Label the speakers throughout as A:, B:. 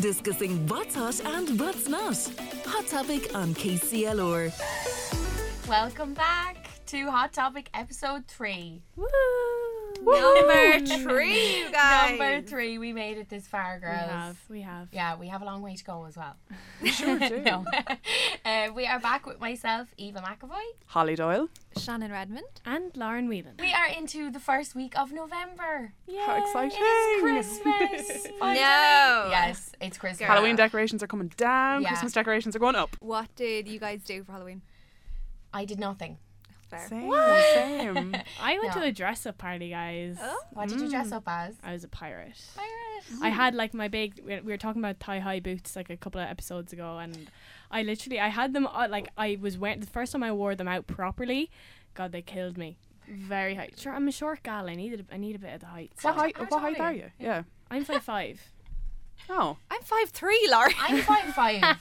A: discussing what's hot and what's not. Hot Topic on KCLR.
B: Welcome back to Hot Topic episode three.
C: Number three, you guys.
B: Number three, we made it this far,
C: We
B: girls.
C: have. We have.
B: Yeah, we have a long way to go as well. Sure do. no. uh, we are back with myself, Eva McAvoy.
D: Holly Doyle.
E: Shannon Redmond.
C: And Lauren Whelan.
B: We are into the first week of November.
D: How exciting!
B: Christmas. finally.
C: No.
B: Yes, it's Christmas.
D: Halloween decorations are coming down.
B: Yeah.
D: Christmas decorations are going up.
E: What did you guys do for Halloween?
B: I did nothing.
E: Fair.
D: Same, same.
C: I went
B: No.
C: to a dress up party, guys.
B: What did you dress up as?
C: I was a pirate.
B: Pirate.
C: I had like my big. We we were talking about thigh high boots like a couple of episodes ago, and I literally I had them on, like I was wearing the first time I wore them out properly. God, they killed me. Very high. Sure, I'm a short gal. I needed a, I need a bit of the height.
D: What height?
B: How
D: What
B: tall
D: height
B: are
D: are you? Yeah.
C: I'm five five.
D: Oh,
E: I'm five three, Lauren.
B: I'm five five. I'm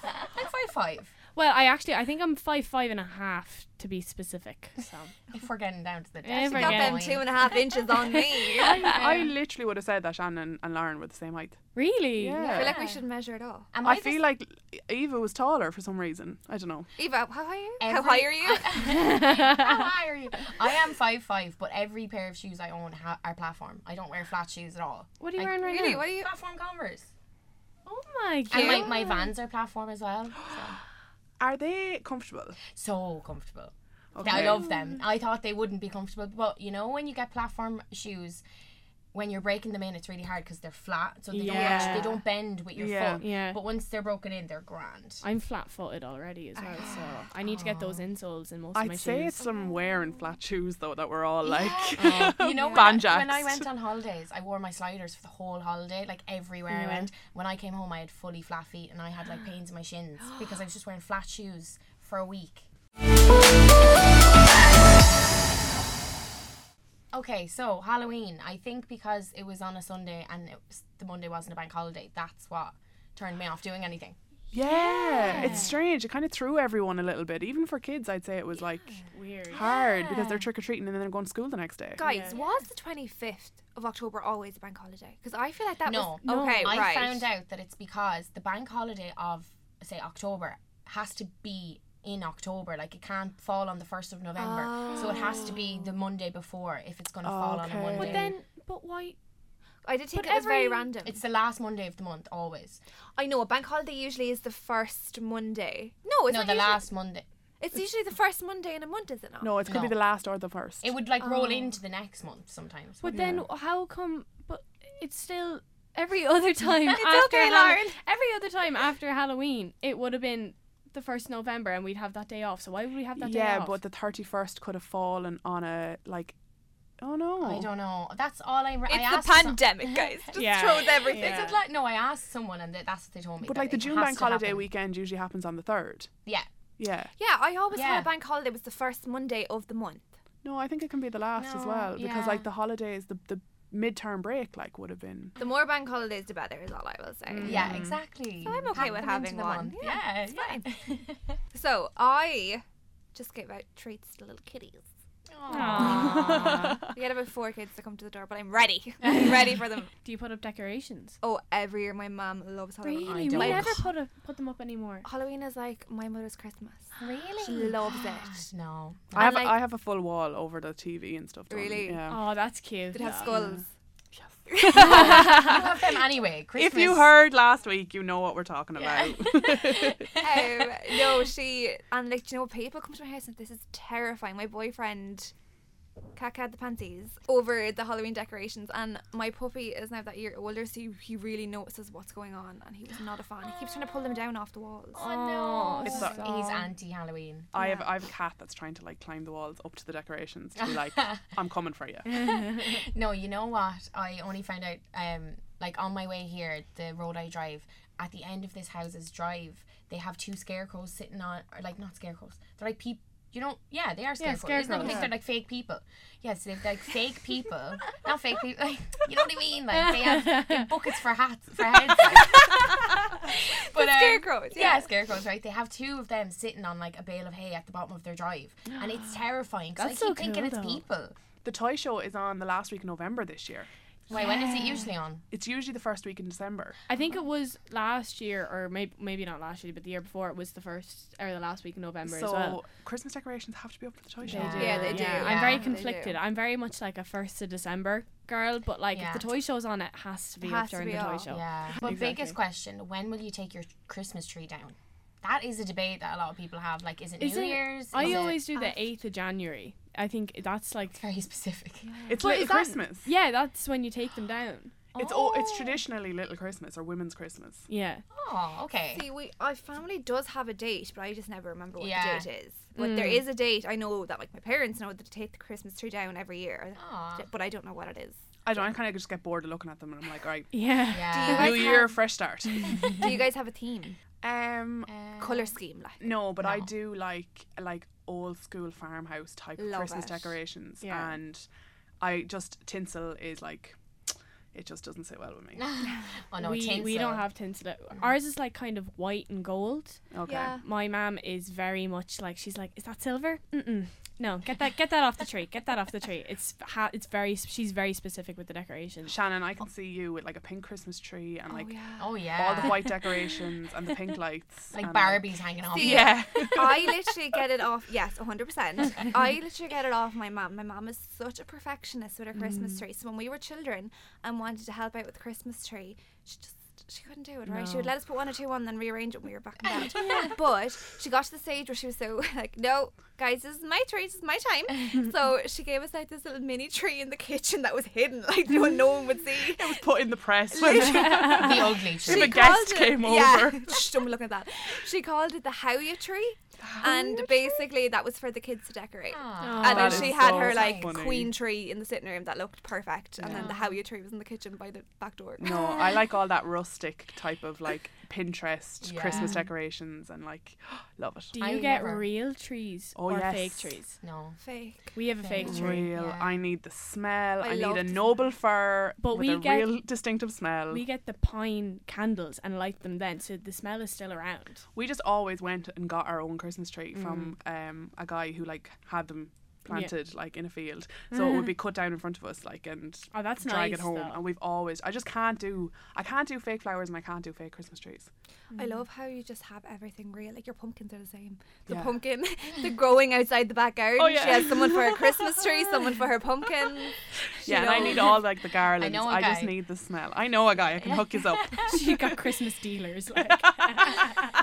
B: five five.
C: Well, I actually I think I'm five five and a half to be specific. So
B: If we're getting down to the
C: If
B: desk.
C: we're
E: Got
C: Yeah.
E: them two and a half inches on me. I
D: I literally would have said that Shannon and Lauren were the same height.
C: really,
E: feel
D: Yeah.
E: like we should measure it all.
B: Am
D: I
B: the
D: feel like Eva was taller for some reason. I don't know.
E: Eva, how high are you? how
B: Every-
E: high are you?
B: How high are you? I am five five, but every pair of shoes I own ha- are platform. I don't wear flat shoes at all.
C: what are you
B: Like,
C: wearing right
E: really?
C: now?
E: What are you?
B: Platform Converse.
C: Oh my god!
B: And my, my Vans are platform as well.
D: Are they comfortable?
B: So comfortable. Yeah, I love them. I thought they wouldn't be comfortable, but you know when you get platform shoes, when you're breaking them in, it's really hard because they're flat, so they don't
C: Yeah.
B: actually, they don't bend with your
D: Yeah.
B: foot.
C: Yeah.
B: But once they're broken in, they're grand.
C: I'm flat footed already as well, so I need to get those insoles in most of my
D: I'd say
C: shoes.
D: it's some wearing flat shoes though that we're all like.
E: Oh,
B: you know, when I,
D: Banjaxed.
B: when I went on holidays, I wore my sliders for the whole holiday, like everywhere I went. When I came home, I had fully flat feet and I had like pains in my shins because I was just wearing flat shoes for a week. Okay, so Halloween, I think because it was on a Sunday and it was, the Monday wasn't a bank holiday, that's what turned me off doing anything.
D: Yeah, it's strange. It kind of threw everyone a little bit. Even for kids, I'd say it was like
C: weird.
D: hard because they're trick or treating and then they're going to school the next day.
E: Guys, was the 25th of October always a bank holiday? Because I feel like that
B: No.
E: was. Okay,
B: I
E: right.
B: found out that it's because the bank holiday of say October has to be in October. Like it can't fall on the first of November, so it has to be the Monday before if it's going to fall on
D: Okay.
B: a Monday.
C: But then, but why?
E: I did think
C: But
E: it was very
C: every-
E: random.
B: it's the last Monday of the month always.
E: I know a bank holiday usually is the first Monday. No, it's
B: no,
E: not
B: the
E: usually-
B: last Monday.
E: It's usually the first Monday in a month, is it not?
D: No, it could
B: No.
D: be the last or the first.
B: It would like roll into the next month sometimes.
C: But then, how come? But it's still every other time
E: It's
C: after
E: okay,
C: Hall-
E: Lauren.
C: every other time after Halloween, it would have been the first November, and we'd have that day off. So why would we have that day
D: yeah,
C: off?
D: but the thirty first could have fallen on a like. Oh no!
B: I don't know. That's all I. Re- I
E: It's
B: asked
E: the
B: some-
E: pandemic, guys. Just
C: Yeah.
E: throws everything.
C: Yeah.
B: It's like no, I asked someone and th- that's what they told me.
D: But
B: that
D: like the
B: it
D: June
B: has
D: bank
B: to
D: holiday
B: happen.
D: weekend usually happens on the third.
B: Yeah.
D: Yeah.
E: Yeah, I always
B: Yeah.
E: thought a bank holiday was the first Monday of the month.
D: No, I think it can be the last as
B: No,
D: well
B: yeah.
D: because like the holidays, the the midterm break like would have been.
E: The more bank holidays, the better, is all I will say.
B: Yeah, exactly.
E: So I'm okay
B: Pack
E: with
B: them into
E: having
B: the
E: one.
B: month.
E: Yeah,
B: Yeah,
E: it's
B: yeah.
E: So I just gave out treats to little kitties. we had about four kids to come to the door, but I'm ready. I'm ready for them.
C: do you put up decorations?
E: Oh, every year my mom loves Halloween.
C: Really, we
B: don't.
C: never put up put them up anymore.
E: Halloween is like my mother's Christmas.
B: Really?
E: She loves it.
B: No.
D: I have
E: like-
D: I have a full wall over the TV and stuff. done,
E: Really?
D: Yeah.
C: Oh, that's cute.
E: Did it have
C: though.
E: skulls?
B: You have them anyway. Christmas.
D: If you heard last week, you know what we're talking about.
E: um, no, she and like do you know people come to my house and this is terrifying. My boyfriend caca the panties over the Halloween decorations and my puppy is now that year older so he, he really notices what's going on and he was not a fan. He keeps trying to pull them down off the walls.
B: Oh,
D: It's
B: no.
D: a-
B: He's anti Halloween.
D: I have I have a cat that's trying to like climb the walls up to the decorations to be like, I'm coming for you.
B: No, you know what? I only found out, um, like on my way here, the road I drive, at the end of this house's drive, they have two scarecrows sitting on, or like not scarecrows, they're like people. You know, yeah, they are scarecrows. Isn't that what
C: scarecrows.
B: they- they're like fake people? Yes, they're like fake people, not fake people. Like, you know what I mean? Like they have they have buckets for hats for heads. but um,
E: scarecrows,
B: yeah.
E: yeah.
B: scarecrows, right? They have two of them sitting on like a bale of hay at the bottom of their drive, and it's terrifying because I
C: That's
B: keep
C: so
B: thinking
C: cool,
B: it's
C: though.
B: people.
D: The toy show is on the last week of November this year.
B: Wait, when is it usually on?
D: It's usually the first week in December.
C: I think it was last year, or maybe maybe not last year, but the year before. It was the first or the last week in November
D: so
C: as well.
D: Christmas decorations have to be up for the toy
C: They
D: shop.
C: do.
E: Yeah, they do.
C: I'm very
B: Yeah, they do.
C: conflicted. I'm very much like a first of December girl, but like
B: Yeah.
C: if the toy show's on, it has to be
E: It
C: up
E: has to
C: during
E: be
C: the toy
E: up.
C: show.
B: Yeah. But biggest
C: Exactly.
B: question: When will you take your Christmas tree down? That is a debate that a lot of people have. Like, is it
C: Is
B: New
C: it-
B: Year's? Is
C: I
B: it-
C: always do the eighth of January. I think that's like
B: It's very specific.
D: It's
C: Well,
D: Little
C: is that-
D: Christmas.
C: yeah, that's when you take them down.
D: It's all it's traditionally Little Christmas or Women's Christmas.
C: Yeah,
B: Oh, okay.
E: See, we our family does have a date, but I just never remember what
B: Yeah.
E: the date is. But there is a date. I know that like my parents know that they take the Christmas tree down every year,
B: Aw.
E: but I don't know what it is.
D: I don't. I kind of just get bored of looking at them, and I'm like, all right,
C: yeah.
E: Do you
B: Yeah.
E: guys
D: new year,
E: have-
D: fresh start.
E: Do you guys have a theme,
D: um,
B: Uh,
E: color scheme? Like,
D: no, but I
B: No.
D: do like like old school farmhouse type
E: Love
D: Christmas
E: it.
D: decorations,
C: Yeah.
D: and I just tinsel is like, it just doesn't sit well with me.
B: oh no,
C: we
B: tinsel. Mm-hmm.
C: we don't have tinsel. Ours is like kind of white and gold.
D: Okay.
E: yeah,
C: My mom is very much like she's like, is that silver? Mm-mm. No, get that get that off the tree. Get that off the tree. It's ha- it's very she's very specific with the decorations.
D: Shannon, I can see you with like a pink Christmas tree and like
B: Oh
D: all
B: yeah.
D: the white decorations and the pink lights.
B: like
D: and, uh,
B: Barbies hanging off.
E: See,
B: you.
D: yeah.
E: I literally get it off. Yes, 100%. I literally get it off my mom. My mom is such a perfectionist with her Christmas tree. So when we were children and wanted to help out with the Christmas tree, she just she couldn't do it, right? She would
C: No.
E: let us put one or two on, then rearrange it when we were back in bed. But she got to the stage where she was so like, "No, guys, this is my tree. This is my time." so she gave us like this little mini tree in the kitchen that was hidden, like no one, no one would see.
D: It was put in the press. when she-
B: the ugly
D: If
B: tree.
D: a guest
E: called
D: came
E: yeah,
D: over.
E: Shh, don't look at that. She called it the Howya tree, and basically that was for the kids to decorate.
B: Aw.
E: And
D: That
E: then she
D: is
E: had
D: so
E: her like
D: funny.
E: queen tree in the sitting room that looked perfect, and then the Howya tree was in the kitchen by the back door.
D: No, I like all that rustic type of like Pinterest
B: Yeah.
D: Christmas decorations and like love it.
C: Do you
B: I
C: get
B: never-
C: real trees
D: Oh,
C: or
D: yes.
C: fake trees?
B: No.
E: Fake.
C: We have a fake
B: Fake.
C: tree.
D: Real.
B: yeah.
D: I need the smell.
E: I
D: I, need
E: love
D: a
E: the
D: noble fir
C: But
D: with
C: we
D: a
C: get-
D: real distinctive smell.
C: We
D: We,
C: get the pine candles and light them then, so the smell is still around.
D: just always went and got our own Christmas tree from
C: Mm.
D: um, a guy who like had them planted like in a field, so it would be cut down in front of us like and
C: Oh, that's Mm-hmm.
D: drag
C: nice.
D: it home.
C: though.
D: And we've always. I just can't do. I can't do fake flowers and I can't do fake Christmas trees.
E: I
D: Mm.
E: love how you just have everything real. Like your pumpkins are the same. The
D: Yeah.
E: pumpkin, the growing outside the back garden.
D: Oh,
E: She
D: yeah.
E: has someone for her Christmas tree, someone for her pumpkin.
D: Yeah, and I need all like the garlands. I,
B: know a
D: just
B: guy.
D: need the smell. I know a guy. I can hook you up.
C: she got Christmas dealers. Like,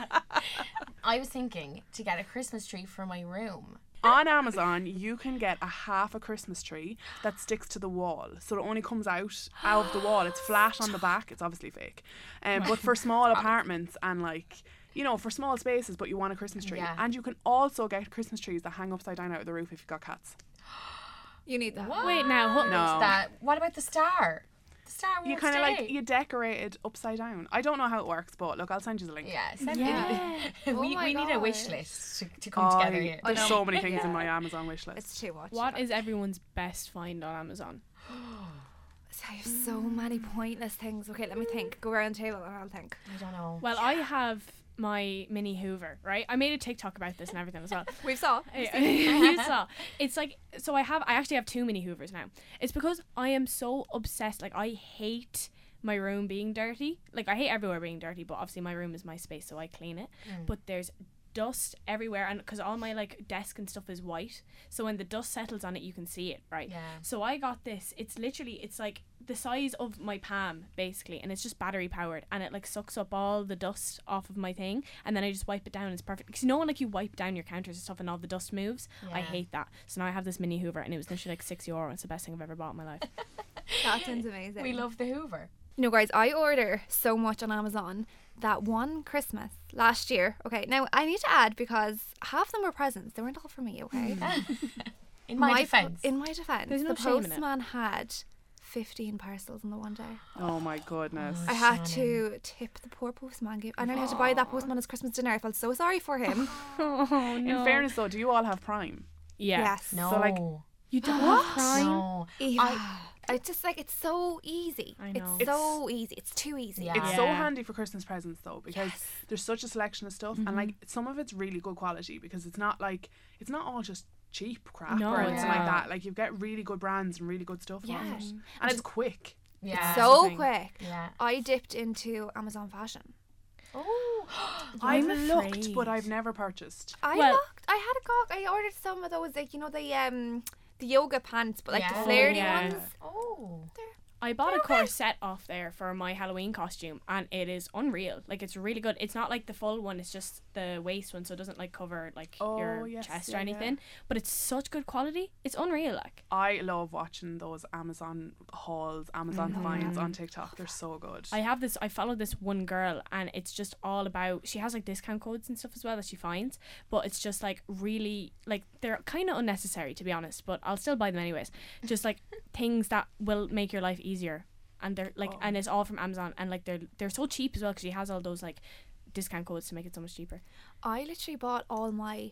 B: I was thinking to get a Christmas tree for my room.
D: On Amazon, you can get a half a Christmas tree that sticks to the wall, so it only comes out out of the wall. It's flat on the back. It's obviously fake,
B: Oh
D: um, but for small apartments and like you know for small spaces, but you want a Christmas tree.
B: Yeah.
D: And you can also get Christmas trees that hang upside down out of the roof if you've got cats.
E: You need that.
C: wait now, hold
D: No.
B: What's that? What about the star? The star.
D: You
B: won't
D: kind of like
B: stay.
D: you decorate it upside down. I don't know how it works, but look, I'll send you the link.
B: Yeah. send me-
C: Yeah.
B: we
E: Oh my
B: we need a wish
E: God.
B: list to, to come together Oh,
D: I,
B: here.
D: there's
E: know.
D: so many things
E: Yeah.
D: in my Amazon wish list.
E: It's too much.
C: What is everyone's best find on Amazon?
E: I have so many pointless things. Okay, let me think. Go around the table and I'll think.
B: I don't know.
C: Well, I have my mini Hoover, right? I made a TikTok about this and everything as well.
E: We saw.
C: you saw. It's like so I have I actually have too many Hoovers now. It's because I am so obsessed. Like I hate my room being dirty. Like I hate everywhere being dirty, but obviously my room is my space, so I clean it. But there's dust everywhere and because all my like desk and stuff is white so when the dust settles on it you can see it right
B: Yeah.
C: so i got this it's literally it's like the size of my palm basically and it's just battery powered and it like sucks up all the dust off of my thing and then i just wipe it down it's perfect because you know when like you wipe down your counters and stuff and all the dust moves i
B: Yeah.
C: hate that so now i have this mini hoover and it was literally like six euro it's the best thing i've ever bought in my life
E: That sounds amazing.
B: we love the Hoover.
E: No, guys, I order so much on Amazon that one Christmas last year. Okay, now I need to add because half of them were presents. They weren't all for me, okay?
B: In my,
E: po-
B: defense.
E: In my defense,
C: Hmm. There's no
E: the
C: shame in it.
E: postman had 15 parcels in the one day.
D: oh my goodness.
E: I had to tip the poor postman. Give, and I had to buy that postman his Christmas dinner. I felt so sorry for him.
C: oh
D: In fairness, though, do you all have Prime?
C: yeah
E: Yes.
B: no.
D: So, like,
C: you don't have prime
B: no.
E: Eva. I, just like, it's so easy.
C: I know.
E: It's, so easy. It's too easy.
B: Yeah.
D: It's so
C: Yeah.
D: handy for Christmas presents though because there's such a selection of stuff and like
C: Mm-hmm.
D: some of it's really good quality because it's not like it's not all just cheap crap
C: No,
D: or
C: it's
D: anything
C: not.
D: like that. Like you get really good brands and really good stuff yeah.
E: Yeah.
D: it. And it's quick.
B: Yeah.
E: so
C: thing.
E: quick.
B: Yeah.
E: I dipped into Amazon Fashion.
B: Oh.
D: I've
C: I'm
D: looked,
C: afraid.
D: but I've never purchased.
E: I
C: Well-
E: looked. I had a gawk. I ordered some of those, like you know the um the yoga pants, but like
D: Oh,
B: Yeah.
E: the flared
C: Yeah.
E: ones.
B: Oh.
C: I bought a
E: Okay.
C: corset off there for my Halloween costume, and it is unreal. Like it's really good. It's not like the full one; it's just the waist one, so it doesn't like cover like
D: Oh,
C: your
D: yes,
C: chest
D: yeah,
C: or
D: yeah.
C: anything. But it's such good quality. It's unreal. Like
D: I love watching those Amazon hauls, Amazon finds on TikTok. They're so good.
C: Mm-hmm. I have this. I followed this one girl, and it's just all about. She has like discount codes and stuff as well that she finds, but it's just like really like they're kind of unnecessary to be honest. But I'll still buy them anyways. Just like things that will make your life easier, and they're like, and it's all from Amazon, and like they're they're so cheap as well because she has all those like discount codes to make it so much cheaper.
E: I literally bought all my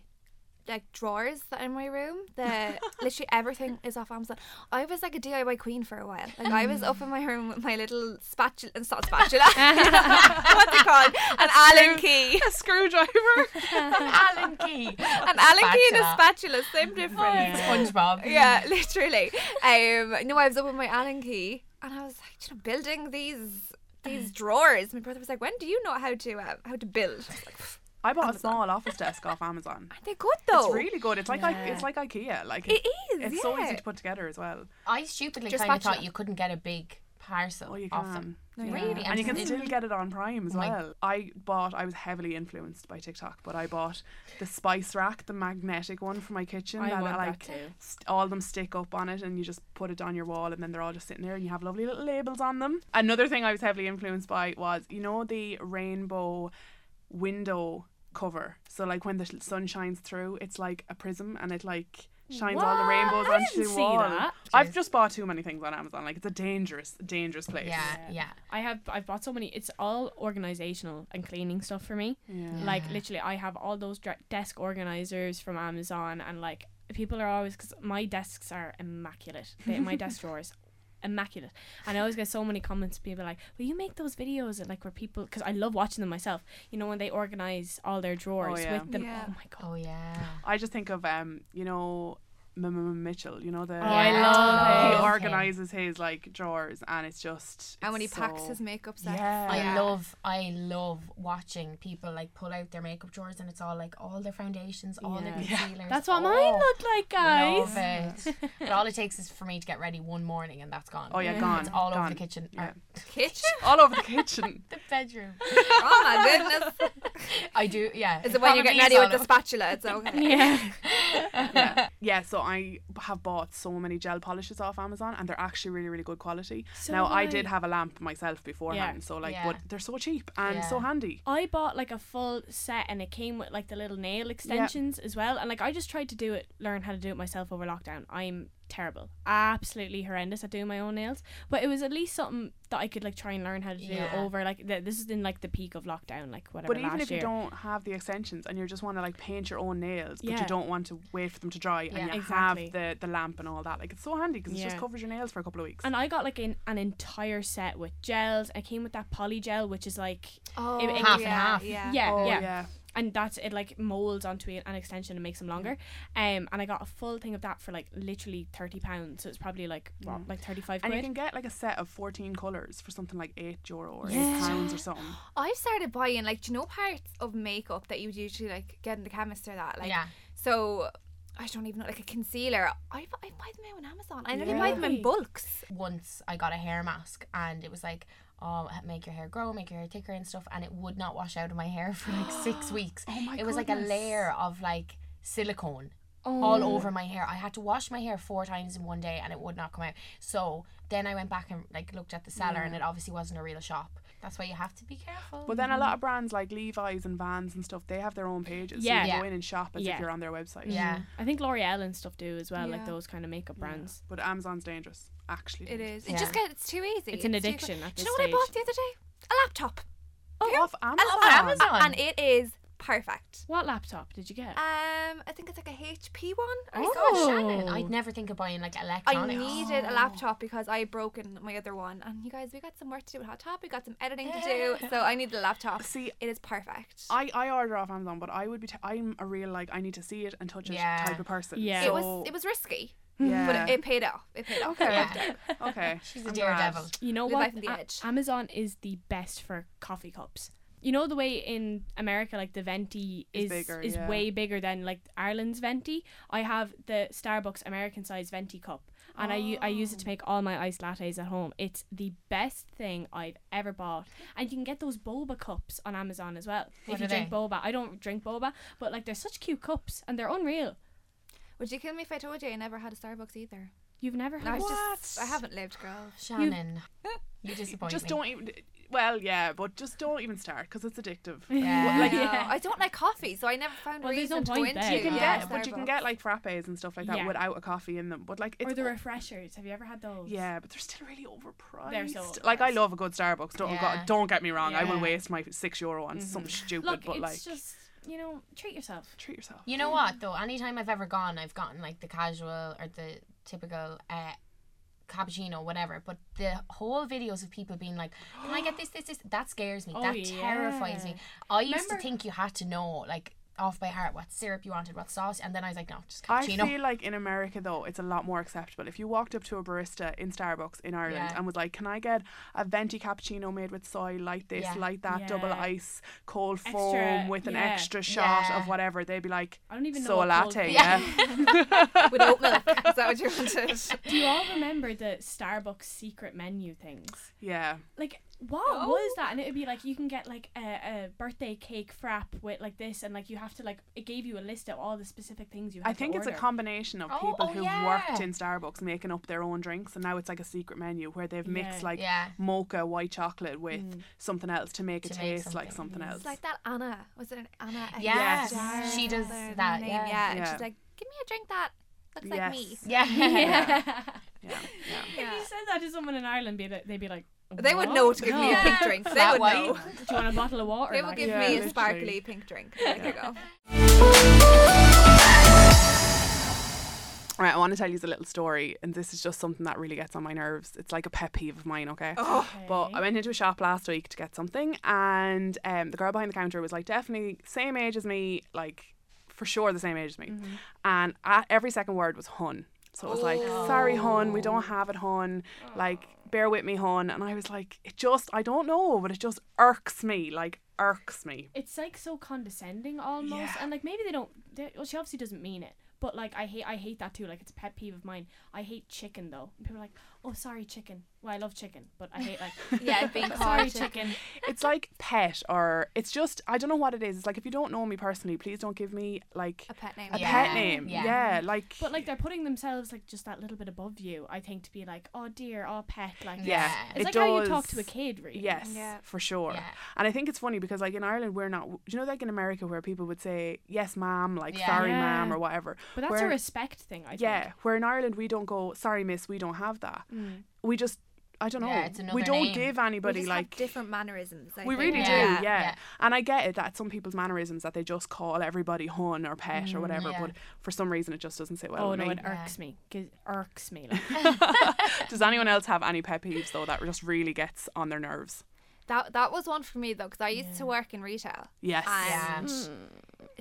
E: like drawers that are in my room. The literally everything is off Amazon. I was like a DIY queen for a while. Like I was up in my room with my little spatula, it's not a spatula. What's it called? An Allen key.
D: a screwdriver.
B: Alan Key.
E: An Allen key and a spatula, same difference.
B: SpongeBob.
E: Yeah, literally. Um, no, I was up with my Allen key, and I was like, you know, building these
D: Uh.
E: these drawers. My brother was like, when do you know how to uh, how to build? I was like, "Pff,
D: I bought a small office desk off Amazon.
E: they're good though.
D: It's really good. It's like I-
C: Yeah.
D: it's like IKEA. Like
E: It is,
D: It's so
E: yeah.
D: easy to put together as well.
B: I stupidly
E: Just
B: kind of
E: spatula.
B: thought you couldn't get a big parcel
D: Oh, you
B: off
D: can.
B: them.
E: No, you
B: Really?
E: can't.
D: and you can
B: didn't-
D: still get it on Prime
C: Oh
D: as
B: my-
D: well. I bought. I was heavily influenced by TikTok, but I bought the spice rack, the magnetic one for my kitchen.
C: I
D: that
C: want that
D: like
C: too.
D: st- all of them stick up on it, and you just put it on your wall, and then they're all just sitting there, and you have lovely little labels on them. Another thing I was heavily influenced by was you know the rainbow window cover. So like when the sh- sun shines through, it's like a prism, and it like. Shines all the
C: What?
D: rainbows
C: I
D: onto
C: didn't
D: the
C: see
D: wall.
C: that.
D: I've just bought too many things on Amazon. Like it's a dangerous, dangerous place.
B: Yeah, yeah.
C: I have I've bought so many. It's all organizational and cleaning stuff for me.
D: Yeah.
C: Like literally, I have all those dre- desk organizers from Amazon, and like people are always because my desks are immaculate. They, my desk drawers. Immaculate, and I always get so many comments. People like, "Will you make those videos that, like where people?" Because I love watching them myself. You know when they organize all their drawers
D: yeah.
C: with them.
E: Yeah.
C: Oh my god!
B: Oh yeah.
D: I just think of um, you know, M- M- M- Mitchell. You know the
C: Oh, I
B: Yeah.
C: love
D: he
C: it.
B: him.
D: organizes his like drawers, and it's just
E: And when he
D: it's
E: packs
D: so-
E: his makeup sets,
D: Yeah.
B: I
E: yeah.
B: love I love watching people like pull out their makeup drawers and it's all like all their foundations, all their
C: Yeah.
B: concealers.
C: That's what
B: oh,
C: mine looked like, guys.
B: Love it. but all it takes is for me to get ready one morning and that's gone.
D: Oh yeah,
C: Yeah.
D: gone.
B: It's all over
D: gone.
B: the kitchen.
D: Yeah.
B: or
E: kitchen.
D: all over the kitchen.
B: The bedroom.
E: Oh my goodness!
B: I do yeah.
E: Is it when
B: probably
E: you're getting ready
B: is
E: with
B: all
E: the spatula? It's okay.
C: Yeah.
D: yeah. yeah, so I have bought so many gel polishes off Amazon, and they're actually really, really good quality.
C: So
D: now
C: have
D: I
C: I.
D: did have a lamp myself beforehand, so like,
B: Yeah.
D: but they're so cheap and so
B: Yeah.
D: handy.
C: I bought like a full set and it came with like the little nail extensions as well. And like I just tried to do it, learn how to do it myself over lockdown. I'm terrible, absolutely horrendous at doing my own nails. But it was at least something that I could like try and learn how to do
B: Yeah.
C: over like th- this is in like the peak of lockdown, like whatever.
D: But even
C: last
D: if
C: year.
D: you don't have the extensions and you just want to like paint your own nails, but
C: Yeah.
D: you don't want to wait for them to dry,
B: Yeah.
D: and you
C: Exactly.
D: have the, the lamp and all that, like it's so handy because it just
C: Yeah.
D: covers your nails for a couple of weeks.
C: And I got like an, an entire set with gels. I came with that poly gel, which is like
E: Oh,
C: It- it-
B: Half and
E: yeah,
B: half.
E: Yeah.
C: yeah,
D: oh
C: yeah,
D: yeah.
C: and that's it like molds onto it- an extension and makes them longer um and i got a full thing of that for like literally 30 pounds so it's probably like what like 35
D: Mm. And you
C: quid
D: can get like a set of 14 colours for something like 8 euro or
C: Yeah.
D: 8 pounds or something.
E: I started buying like do you know parts of makeup that you would usually like get in the chemist or that like
B: Yeah.
E: so I don't even know like a concealer I, bu- I buy them out on Amazon I nearly buy them
C: Really?
E: in bulks
B: once I got a hair mask and it was like, oh, make your hair grow, make your hair thicker and stuff, and it would not wash out of my hair for like six weeks.
D: Oh my
B: it was like a
D: goodness.
B: layer of like silicone
E: Oh.
B: all over my hair. I had to wash my hair four times in one day and it would not come out. So then I went back and like looked at the seller and it obviously wasn't a real shop. That's why you have to be careful.
D: But then a lot of brands like Levi's and Vans and stuff, they have their own pages.
C: Yeah.
D: So you
B: Yeah.
D: go in and shop as
C: Yeah.
D: if you're on their website.
B: yeah.
C: i think l'oreal and stuff do as well
E: Yeah.
C: like those kind of makeup brands
D: But Amazon's dangerous, actually.
E: it is
B: Yeah.
E: it just gets too easy
C: It's an
E: too
C: addiction
E: quick.
C: at
E: do
C: this
E: you know what I bought the other day a laptop
D: Oh, off Amazon.
E: laptop.
B: Amazon.
E: and it is perfect
C: what laptop did you get
E: um I think it's like a HP one
B: Oh,
C: Oh.
B: God, Shannon, I'd never think of buying like
E: I
B: electronics.
E: needed a laptop because I had broken my other one, and you guys, we got some work to do with Hot Top. We got some editing to do, so I needed a laptop.
D: See,
E: it is perfect.
D: I, I order off Amazon, but I would be. T- I'm a real like I need to see it and touch it
B: Yeah.
D: type of person.
C: Yeah.
E: it
D: So
E: was it was risky.
D: Yeah.
E: But it, it paid off. It paid off. I
D: Okay.
E: loved it.
D: okay.
B: She's a
D: I'm
B: daredevil.
C: You know
E: Live
C: what?
E: life on the
C: A-
E: edge.
C: Amazon is the best for coffee cups. You know the way in America, like the venti
D: Is
C: is is,
D: bigger, yeah.
C: way bigger than like Ireland's venti. I have the Starbucks American size venti cup, and I u- I use it to make all my iced lattes at home. It's the best thing I've ever bought, and you can get those boba cups on Amazon as well.
B: What
C: if you
B: are
C: drink
B: they?
C: boba, I don't drink boba, but like they're such cute cups and they're unreal.
E: Would you kill me if I told you I never had a Starbucks either?
C: You've never
E: No,
C: had.
E: it's
C: one?
E: just I haven't lived, girl.
B: Shannon, you disappoint
D: Just
B: me.
D: don't even. Well, yeah, but just don't even start because it's addictive.
B: Yeah.
C: Like,
E: No,
C: yeah.
E: I don't like coffee, so I never found a
C: Well, there's
E: reason
C: no
E: to go
C: point
E: into.
C: there.
D: You can
E: yeah,
D: get, but you can
E: Starbucks.
D: get like frappes and stuff like that
C: Yeah.
D: without a coffee in them. But like, it's
C: or the refreshers. Have you ever had those?
D: yeah, but they're still really overpriced.
C: They're so
D: like, I
C: overpriced.
D: love a good Starbucks. Don't
B: Yeah.
D: go, don't get me wrong. I will
B: Yeah.
D: waste my six euro on something stupid,
C: Mm-hmm. Look,
D: but
C: it's
D: like,
C: just you know, treat yourself.
D: treat yourself.
B: You know what though? Anytime I've ever gone, I've gotten like the casual or the typical uh, cappuccino, whatever. But the whole videos of people being like, "Can I get this? This? This?" That scares me.
C: Oh,
B: that terrifies
C: yeah.
B: me. I used to
C: Remember-
B: think you had to know like off by heart what syrup you wanted, what sauce, and then I was like, "No, just
D: I
B: cappuccino."
D: feel like in America though it's a lot more acceptable. If you walked up to a barista in Starbucks in Ireland
B: Yeah.
D: and was like, "Can I get a venti cappuccino made with soy, like this,
B: Yeah.
D: like that, double
C: Yeah.
D: ice, cold
C: Extra,
D: foam with an
C: yeah.
D: extra shot
B: Yeah.
D: of whatever," they'd be like,
C: I don't even know.
D: "So a
C: what cold brew-
D: latte, yeah."
E: with oat milk. Is that what you wanted?
C: Do you all remember the Starbucks secret menu things?
D: yeah.
C: Like, what was that? And it would be like you can get like a, a birthday cake frap with like this, and like you have to like it gave you a list of all the specific things you. Had
D: I think
C: to
D: it's a
C: order.
D: combination of
B: Oh,
D: people
B: oh,
D: who worked
B: yeah.
D: in Starbucks making up their own drinks, and now it's like a secret menu where they've mixed
C: Yeah.
D: like
B: Yeah.
D: mocha white chocolate with something else to make it
B: To make
D: taste like something else.
E: It's like that Anna. Was it an Anna? I
B: Yes.
E: think
B: She
E: that's
B: does
E: her
B: that,
E: name,
B: yeah.
E: yeah. And
D: Yeah.
E: she's like, give me a drink that looks like me.
D: Yes.
B: yeah.
C: Yeah.
D: yeah, yeah.
C: if
E: Yeah.
C: you said that to someone in Ireland, be like, they'd be like,
E: They would
C: "What?
E: know to give me a
C: No.
E: pink drink. They
B: That
E: would
B: one.
E: know.
C: Do you want a bottle of water?
E: They
C: like?
E: would give
D: Yeah,
E: me a
D: literally.
E: sparkly pink drink. There you go.
D: Right, I want to tell you a little story, and this is just something that really gets on my nerves. It's like a pet peeve of mine, okay? But I went into a shop last week to get something, and um, the girl behind the counter was like, definitely same age as me, like for sure the same age as me. And a every second word was hun. So it was like, sorry, hun, we don't have it, hun. Like, bear with me, hun. And I was like, it just, I don't know, but it just irks me, like, irks me.
C: it's like so condescending almost
D: Yeah.
C: and like maybe they don't they, well she obviously doesn't mean it but like i hate i hate that too like it's a pet peeve of mine i hate chicken though and people are like oh sorry chicken well i love chicken but i hate like
E: Yeah, being
C: sorry
E: called
C: chicken
D: it's like pet or it's just I don't know what it is. It's like if you don't know me personally, please don't give me like
E: a pet name.
D: a
B: Yeah.
D: pet name. Yeah,
B: yeah.
D: like
C: but like they're putting themselves like just that little bit above you i think to be like oh dear oh pet like
D: yeah,
B: Yeah.
C: it's
D: it
C: like
D: does.
C: how you talk to a kid really
D: Yes,
E: Yeah.
D: for sure.
B: Yeah.
D: And I think it's funny because like in Ireland we're not. You know, like in America where people would say yes, ma'am, like
B: Yeah.
D: sorry,
C: Yeah.
D: ma'am, or whatever.
C: but that's a
D: Where-
C: respect thing i think
D: Yeah, where in Ireland we don't go sorry, miss. We don't have that. We just I don't know.
B: Yeah, it's
D: we
B: another
D: don't
B: name.
D: give
E: We
D: anybody
E: just have
D: like
E: different mannerisms. I
D: We
E: think.
D: really do,
B: Yeah.
D: yeah.
B: Yeah.
D: And I get it that some people's mannerisms that they just call everybody hun or pet or whatever,
B: yeah.
D: but for some reason it just doesn't sit well
C: oh
D: with
C: no
D: me.
C: it irks me 'cause- irks me like
D: Does anyone else have any pet peeves though that just really gets on their nerves?
E: That that was one for me though, because I used to work in retail.
D: Yes.
B: Yeah.
E: And Mm.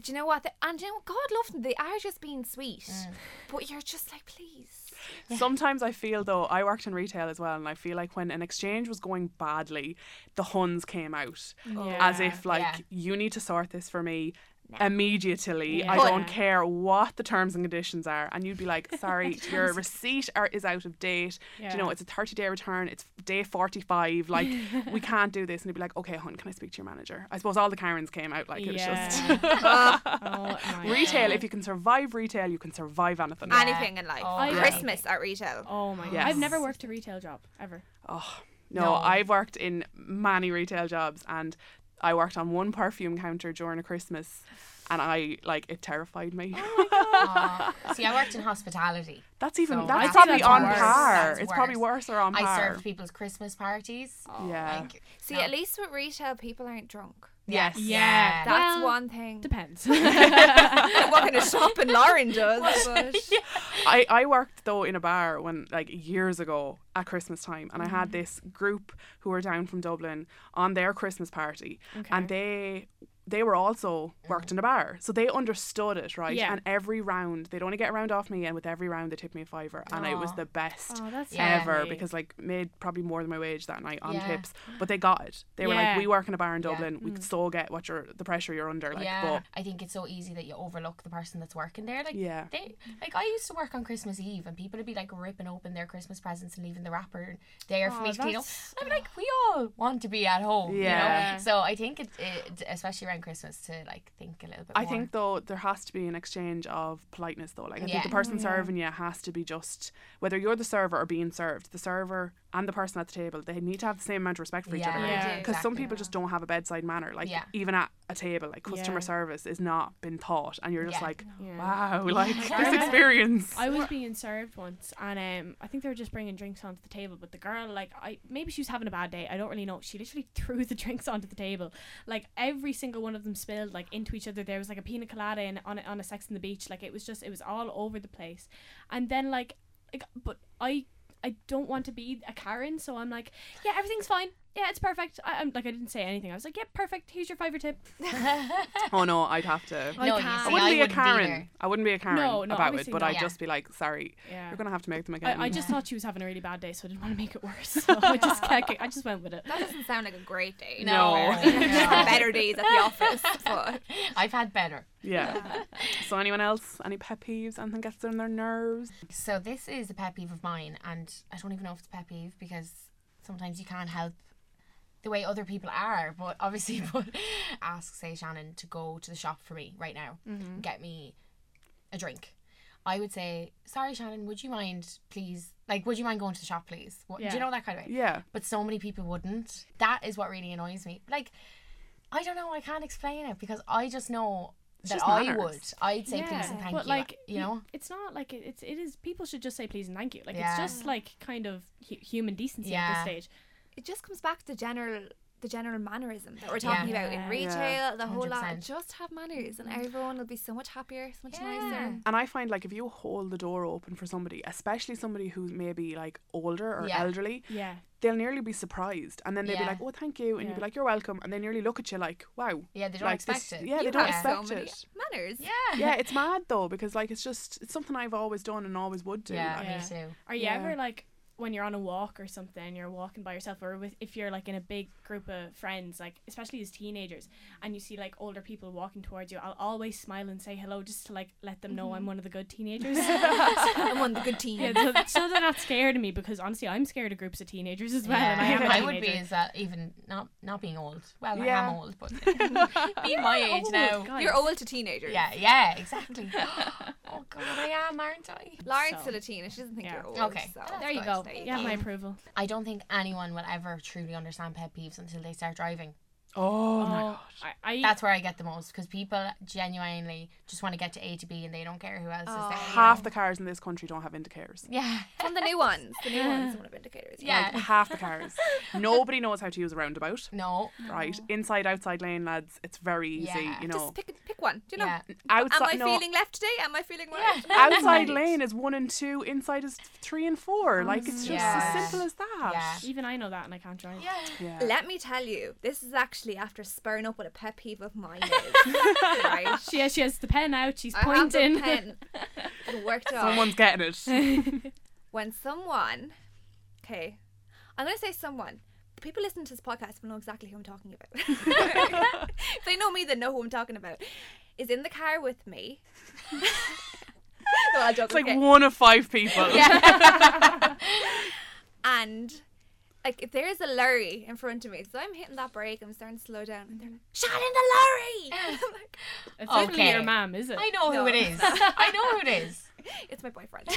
E: do you know what? The- and do you know, God love them. They are just being sweet, but you're just like, please.
D: Sometimes I feel though I worked in retail as well, and I feel like when an exchange was going badly, the Huns came out as
C: Oh, Yeah.
D: if like
B: Yeah.
D: you need to sort this for me. Immediately, I
C: Yeah.
D: don't care what the terms and conditions are, and you'd be like, "Sorry, your receipt are, is out of date. Do you know
C: Yeah.
D: it's a thirty-day return? It's day forty-five. Like, we can't do this." And he'd be like, "Okay, hun, can I speak to your manager?" I suppose all the Karens came out. Like, it was just
C: yeah. oh, my
D: Retail, if you can survive retail, you can survive anything.
B: Yeah.
E: Anything in life.
B: Oh,
C: yeah.
E: Christmas at retail.
C: Oh my god.
D: Yes.
C: I've never worked a retail job ever.
D: Oh, no,
B: No.
D: I've worked in many retail jobs and I worked on one perfume counter during a Christmas and I like it terrified me.
B: Oh Aw. See, I worked in hospitality.
D: that's even
B: So
D: that's
B: I'd say
D: probably
C: that's
D: on
C: worse.
D: par.
B: That's
D: it's probably worse or on
B: I
D: par. Oh.
B: served people's Christmas parties.
D: yeah.
B: Like,
E: See,
B: No.
E: at least with retail, people aren't drunk.
B: yes.
C: Yeah. That-
E: That's
C: Well,
E: one thing.
C: Depends.
E: what kind of shopping Lauren does. But
D: I, I worked though in a bar when like years ago at Christmas time and I had
B: Mm.
D: this group who were down from Dublin on their Christmas party and they they were also worked
B: Mm.
D: in a bar, so they understood it, right?
C: Yeah.
D: And every round, they'd only get a round off me, and with every round, they tipped me a fiver, and it was
B: Aw.
D: the best
C: Oh, that's
B: Yeah.
D: ever
C: lovely.
D: because like made probably more than my wage that night on
B: Yeah.
D: tips, but they got it. They were
C: Yeah.
D: like, "We work in a bar in
B: Yeah. Mm.
D: Dublin. We so get what you're the pressure you're under." Like,
B: yeah,
D: but
B: I think it's so easy that you overlook the person that's working there. Like,
D: Yeah.
B: they, like I used to work on Christmas Eve, and people would be like ripping open their Christmas presents and leaving the wrapper there for
C: Aw,
B: me to clean up.
C: that's-
B: I'm like, we all want to be at home, you
D: Yeah.
B: know. So I think it, it especially around Christmas, to like think a little bit.
D: I
B: more.
D: think though there has to be an exchange of politeness though. Like I
B: Yeah.
D: think the
C: Oh,
D: person serving you has to be just whether you're the server or being served, the server and the person at the table, they need to have the same amount of respect for each
B: Yeah,
D: other.
C: Yeah.
D: Because some
B: exactly.
D: people just don't have a bedside manner. Like
B: Yeah.
D: even at a table, like customer
C: Yeah.
D: service is not been taught and you're just
B: Yeah.
D: like,
C: Yeah.
D: Wow, like this
C: Yeah.
D: experience.
C: I was being served once, and um, I think they were just bringing drinks onto the table. But the girl, like, I maybe she was having a bad day. I don't really know. She literally threw the drinks onto the table. Like every single one of them spilled like into each other. There was like a pina colada in on a, on a Sex on the Beach. Like it was just it was all over the place. And then like, like but I I don't want to be a Karen, so I'm like, yeah, everything's fine. Yeah, it's perfect. I, I'm like I didn't say anything. I was like, yeah, perfect. Here's your fiver tip.
D: oh no, I'd have to
B: no, you
C: can't.
B: see,
D: I wouldn't
B: I
D: be a
B: wouldn't
D: Karen.
B: either.
D: I wouldn't be a Karen
C: No, no,
D: about it,
C: obviously
D: but
C: not.
D: I'd
B: Yeah.
D: just be like, sorry,
C: Yeah.
D: you're gonna have to make them again.
C: I, I just thought she was having a really bad day, so I didn't want to make it worse. So I just kept, I just went with it.
E: That doesn't sound like a great day.
B: No.
E: I've had better days at the office, but
B: I've had better.
D: yeah. so anyone else? Any pet peeves? Anything gets on their nerves?
B: So this is a pet peeve of mine, and I don't even know if it's a pet peeve because sometimes you can't help the way other people are. But obviously, but ask say Shannon to go to the shop for me right now, get me a drink. I would say, sorry, Shannon, would you mind, please? Like, would you mind going to the shop, please? What, Do
C: Yeah.
B: you know that kind of way?
D: Yeah.
B: But so many people wouldn't. That is what really annoys me. Like, I don't know. I can't explain it because I just know that
D: just
B: I
D: manners.
B: would. I'd say please and
C: Yeah,
B: thank
C: but
B: you.
C: like
B: you know.
C: it's not like it, it's it is people should just say please and thank you like
B: Yeah.
C: it's just like kind of hu- human decency at this
B: Yeah.
C: stage
E: it just comes back to general the general mannerism that we're talking
C: Yeah.
E: about in
C: Yeah.
E: retail, the whole lot.
B: 100%.
E: Just have manners and everyone will be so much happier, so much nicer.
D: And I find like if you hold the door open for somebody, especially somebody who's maybe like older or
B: Yeah.
D: elderly,
C: yeah
D: they'll nearly be surprised, and then they'll be
B: Yeah.
D: like, "Oh, thank you," and you'll be
C: Yeah.
D: like, "You're welcome," and they nearly look at you like, "Wow."
B: Yeah, they don't
D: like, this-
B: expect it.
D: Yeah, they
E: You
D: don't
E: have
D: expect
E: so many
D: it.
E: manners.
B: Yeah.
D: Yeah, it's mad though because like it's just it's something I've always done and always would do.
B: Yeah,
D: like,
C: Yeah.
B: me too.
C: are you
D: Yeah.
C: ever like when you're on a walk or something you're walking by yourself or with if you're like in a big group of friends like especially as teenagers and you see like older people walking towards you I'll always smile and say hello just to like let them know
B: Mm-hmm.
C: I'm one of the good teenagers
E: I'm on the good team.
C: yeah, so, so they're not scared of me because honestly I'm scared of groups of teenagers as well and I
B: Yeah.
C: am a
B: I would be
C: teenager.
B: is that even not not being old. Well, I
D: Yeah.
B: am old, but being my
C: You're
B: age
C: old,
B: now.
C: guys.
E: You're old to teenagers.
B: Yeah, yeah, exactly. oh god, I am, aren't I?
E: Lauren's
C: So-
E: still a teen. She doesn't think
C: Yeah.
E: you're old.
B: Okay.
E: so
B: Well,
E: it's
C: there you
E: good.
C: go you have my approval
B: I don't think anyone will ever truly understand pet peeves until they start driving.
D: Oh, my
C: Oh,
D: god.
C: I, I
B: That's where I get the most because people genuinely just want to get to A to B and they don't care who else is there.
D: Half the cars in this country don't have indicators.
B: Yeah,
E: From the new ones. The new ones one of indicators.
B: yeah.
D: Like half the cars. Nobody knows how to use a roundabout.
B: no.
D: Right. Inside outside lane, lads, it's very easy,
B: Yeah.
D: you know.
E: Just pick pick one. Do you know?
B: Yeah.
D: Outside
E: Am I
D: no,
E: feeling left today? Am I feeling right?
D: outside lane is one and two, inside is three and four. like it's just
B: Yeah.
D: as simple as that.
C: Even I know that, and I can't drive.
B: Yeah.
D: Yeah.
E: Let me tell you, this is actually after spurring up what a pet peeve of mine is. right?
C: She has, she has the pen out. She's
E: I have the
C: pointing.
E: pen. It worked off.
D: Someone's getting it.
E: when someone, okay, I'm gonna say someone. People listening to this podcast will know exactly who I'm talking about. if they know me, they know who I'm talking about. Is in the car with me. no, I'll joke.
D: It's like
E: okay.
D: one of five people.
E: and like if there is a lorry in front of me, so I'm hitting that brake, I'm starting to slow down, and they're like, "Shut in the lorry!" I'm like,
C: It's definitely
B: Okay.
C: your mom, is it?
B: I know
E: No.
B: who it is. I know who it is.
E: it's my boyfriend.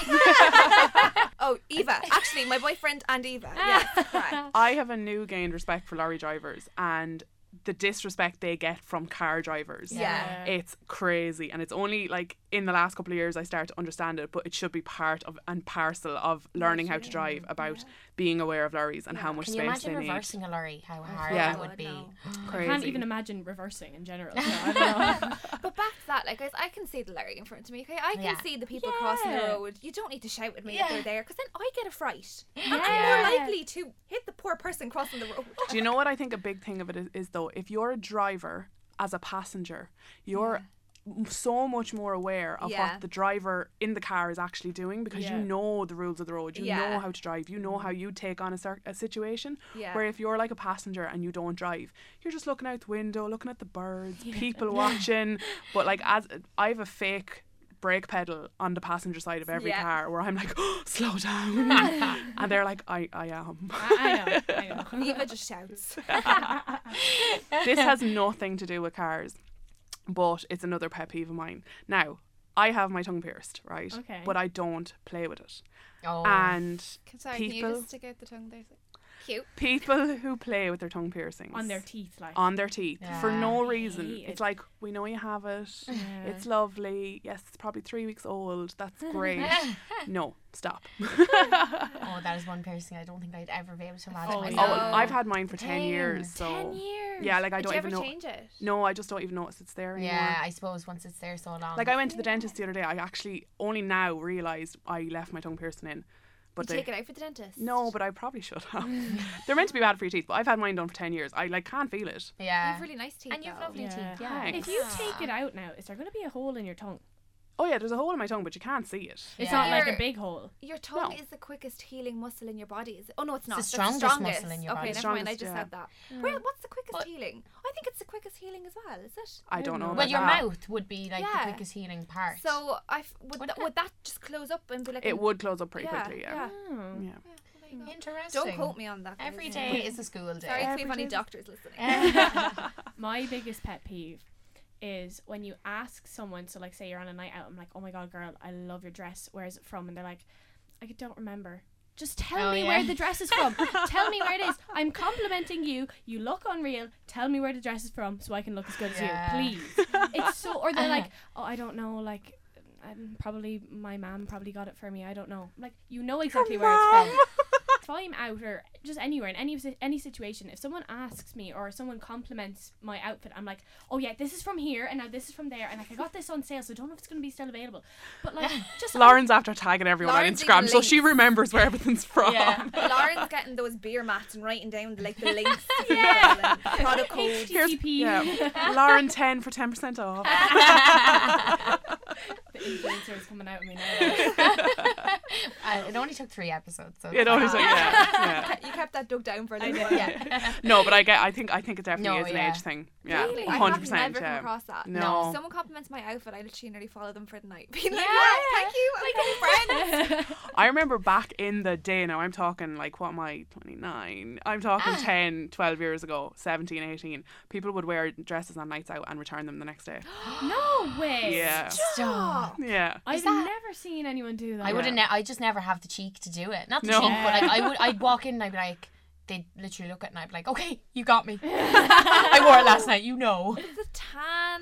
E: oh, Eva. Actually, my boyfriend and Eva. Yes, right.
D: I have a new gained respect for lorry drivers and the disrespect they get from car drivers.
E: Yeah.
D: It's crazy, and it's only like in the last couple of years I start to understand it, but it should be part of and parcel of learning how to drive about being aware of lorries and how much
B: Can you
D: space
B: imagine
D: they need.
B: reversing a lorry? How hard
D: Yeah.
B: that would be.
E: No.
C: I
D: Crazy.
C: can't even imagine reversing in general. so I don't know.
E: But back to that, like guys, I can see the lorry in front of me. Okay, I can
B: Yeah.
E: see the people crossing the
C: Yeah.
E: road. You don't need to shout at me
B: Yeah.
E: if they're there, because then I get a fright. And I'm
C: Yeah.
E: more likely to hit the poor person crossing the road.
D: Do you know what I think a big thing of it is, is though? If you're a driver as a passenger, you're m so much more aware of
E: Yeah.
D: what the driver in the car is actually doing because
C: Yeah.
D: you know the rules of the road, you
E: Yeah. Mm-hmm.
D: know how to drive, you know how you take on a, cir- a situation.
E: Yeah.
D: Where if you're like a passenger and you don't drive, you're just looking out the window, looking at the birds, people watching. But like as I have a fake brake pedal on the passenger side of every
E: Yeah.
D: car where I'm like, slow down, and they're like, I I am.
C: I, I know. I know.
E: Eva just shouts.
D: this has nothing to do with cars, but it's another pet peeve of mine. Now, I have my tongue pierced, right?
C: Okay.
D: But I don't play with it.
B: Oh,
D: And
E: Sorry, can you
D: people
E: just stick out the tongue there? Cute.
D: people who play with their tongue piercings
C: On their teeth, like.
D: on their teeth for
B: Yeah.
D: no reason.
C: hate it.
D: It's like we know you have it.
C: Yeah.
D: It's lovely. Yes, it's probably three weeks old. That's great. no, stop.
B: oh, that is one piercing I don't think I'd ever be able to imagine.
C: Oh,
B: myself.
D: Oh,
E: yeah.
D: well, I've had mine for ten,
B: Ten.
D: years. So
E: Ten years.
D: yeah, like I
E: Did
D: don't
E: you
D: even
E: ever
D: know.
E: change it?
D: No, I just don't even notice it's there anymore.
B: Yeah, I suppose once it's there so long.
D: Like I went to the dentist the other day. I actually only now realised I left my tongue piercing in. But
E: you
D: they,
E: take it out for the dentist.
D: no, but I probably should have. They're meant to be bad for your teeth, but I've had mine done for ten years. I like can't feel it.
E: You
B: yeah,
E: have really nice teeth.
B: and you have
E: though.
B: lovely
C: Yeah.
B: teeth. Yeah,
D: Thanks.
C: If you take it out now, is there going to be a hole in your tongue?
D: Oh yeah, there's a hole in my tongue, but you can't see it.
C: It's
B: Yeah.
C: not like a
E: You're-
C: big hole.
E: Your tongue
D: No.
E: is the quickest healing muscle in your body. Is it? Oh no, it's not. That's
B: strongest
E: the
B: muscle
E: strongest
B: in your body.
E: Okay, never mind. I
D: Strongest,
E: just
D: yeah.
E: said that. Well, what's the quickest
B: But-
E: healing? I think it's the quickest healing as well. Is it?
D: I don't know.
B: Well,
D: about
B: your
D: that.
B: mouth would be like
E: Yeah.
B: the quickest healing part.
E: So I f- would
B: Wouldn't
E: th- would that just close up and be like?
D: It
E: an-
D: would close up pretty
E: yeah,
D: quickly.
E: yeah.
D: Yeah.
C: Hmm.
D: Yeah.
E: Yeah, there you go.
B: interesting.
E: Don't quote me on that. guys.
B: Every day is a school
E: Sorry
B: day.
E: if we have any doctors listening.
B: Sorry.
C: My biggest pet peeve is when you ask someone, so like say you're on a night out, I'm like, oh my god, girl, I love your dress. Where is it from? And they're like, I don't remember. Just tell
B: Oh,
C: me
B: yeah.
C: where the dress is from. tell me where it is. I'm complimenting you. You look unreal. Tell me where the dress is from so I can look as good
B: Yeah.
C: as you, please. it's so, or they're like, oh, I don't know, like, um, probably my mom probably got it for me. I don't know. Like, you know exactly where it's from. if I'm out or just anywhere in any si- any situation, if someone asks me or someone compliments my outfit, I'm like, oh yeah, this is from here and now this is from there, and like I got this on sale, so don't know if it's gonna be still available. But like, just
D: Lauren's after tagging everyone
E: Lauren's
D: on
E: even
D: Instagram, so she remembers where everything's from.
B: Yeah.
E: Lauren's getting those beer mats and writing down the, like the links, to people and product codes.
D: Here's-
C: HTTP.
D: yeah. Lauren ten for ten percent off.
C: the influencer is coming out of me now.
B: Uh, it only took three episodes. So
D: It
B: it's
D: only
B: fine.
D: took yeah. yeah.
E: You kept that dug down for a little while.
B: Yeah.
D: No, but I get. I think. I think it definitely
B: No,
D: is an
B: yeah.
D: age thing. Yeah,
E: Really? I
D: hundred
E: have
D: percent.
E: never
D: Yeah.
E: come across that.
D: No.
E: If someone compliments my outfit, I literally nearly follow them for the night. Being like,
B: Yeah.
E: yeah, thank you. I'm gonna be friends.
D: I remember back in the day, now I'm talking like, what am I, 29? I'm talking 10, 12 years ago, 17, 18. People would wear dresses on nights out and return them the next day.
C: no way.
D: yeah.
B: Stop.
D: Yeah.
C: I've
B: Is that-
C: never seen anyone do that.
B: I wouldn't. Ne- I just never have the cheek to do it. Not the
D: No.
B: cheek, but like I would. I'd walk in and I'd be like, they'd literally look at it and I'd be like, okay, you got me. I wore it last night. You know.
E: The tan.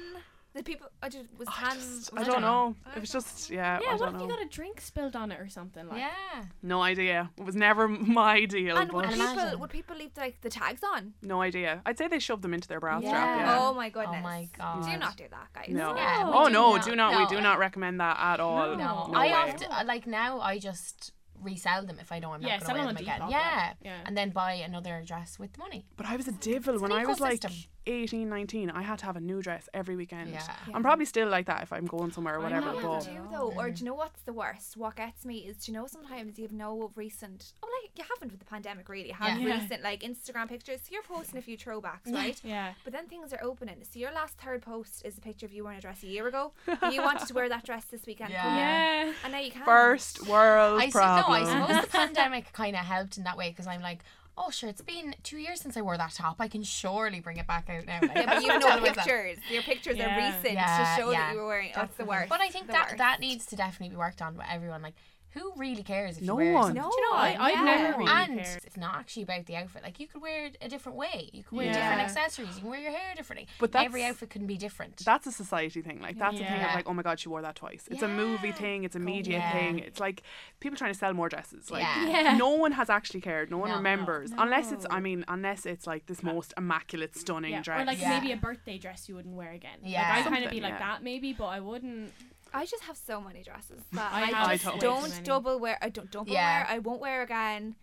E: The people. I just was tan. was
D: I
E: it
D: don't
E: tan?
D: know. It was just, yeah,
C: Yeah,
D: I
C: what
D: don't
C: if
D: know.
C: you got a drink spilled on it or something? Like,
B: Yeah.
D: No idea. It was never my deal,
E: And would
D: but
B: I'd
E: people
B: imagine.
E: would people leave like the tags on?
D: no idea. I'd say they shoved them into their bra
B: Yeah.
D: strap. Yeah.
E: Oh my goodness.
B: Oh my god.
E: Do not do that, guys.
D: No.
B: Yeah, we
D: oh
B: do
D: no,
B: not-
D: do not. We
B: no.
D: do not recommend that at all.
B: No,
C: No.
B: I
D: way.
B: often uh, like now. I just resell them if I know I'm not
C: Yeah,
B: going to
C: sell
B: wear
C: them
B: them
C: on
B: again.
C: Depop, like,
B: yeah.
C: yeah.
B: and then buy another dress with the money.
D: But I was a divil when
B: an
D: I was like
B: ecosystem.
D: 18, 19. I had to have a new dress every weekend.
B: Yeah.
D: I'm probably still like that if I'm going somewhere or
C: I'm
D: whatever.
C: not
E: Yeah,
D: But
E: do though, or do you know what's the worst? What gets me is, do you know sometimes you have no recent, oh, like you haven't with the pandemic really, have
B: Yeah.
E: recent like Instagram pictures. So you're posting a few throwbacks, right?
C: yeah.
E: But then things are opening. So your last third post is a picture of you wearing a dress a year ago. You wanted to wear that dress this weekend,
B: Yeah.
E: come here,
C: Yeah.
E: and now you can't.
D: first world
B: I su- no,
D: problem.
B: I suppose the pandemic kind of helped in that way because I'm like, oh sure, it's been two years since I wore that top. I can surely bring it back out now. Like,
E: Yeah, but you have
B: tell
E: no
B: myself.
E: pictures. Your pictures
C: Yeah.
E: are recent
B: Yeah,
E: to show
B: yeah.
E: that you were wearing. That's, the worst.
B: But I think
E: The
B: that
E: worst.
B: that needs to definitely be worked on by everyone. Like, who really cares if
D: No
B: you wear
D: one.
B: something?
E: No,
C: Do you know, I, I've
E: yeah.
C: never really
B: and
C: cared.
B: it's not actually about the outfit. Like you could wear it a different way. You could wear
C: Yeah.
B: different accessories. You can wear your hair differently.
D: But
B: But every
D: that's-
B: outfit can be different.
D: That's a society thing. Like that's a thing
B: Yeah.
D: of like, oh my god, she wore that twice. It's a movie
B: Yeah.
D: thing. It's a media
B: yeah.
D: thing. It's like people trying to sell more dresses. Like
B: Yeah.
C: Yeah.
D: no one has actually cared. No one
B: No.
D: remembers unless it's. I mean, unless it's like this most immaculate, stunning
C: Yeah,
D: dress.
C: Or like
B: Yeah.
C: maybe a birthday dress you wouldn't wear again.
B: Yeah.
C: Like I'd kind of
D: Something,
C: be like
D: yeah.
C: that maybe, but I wouldn't.
E: I just have so many dresses that
C: I
E: I,
C: have
E: just
D: way too
E: don't
C: many.
E: double wear. I don't double
B: Yeah. Mm.
E: wear. I won't wear again.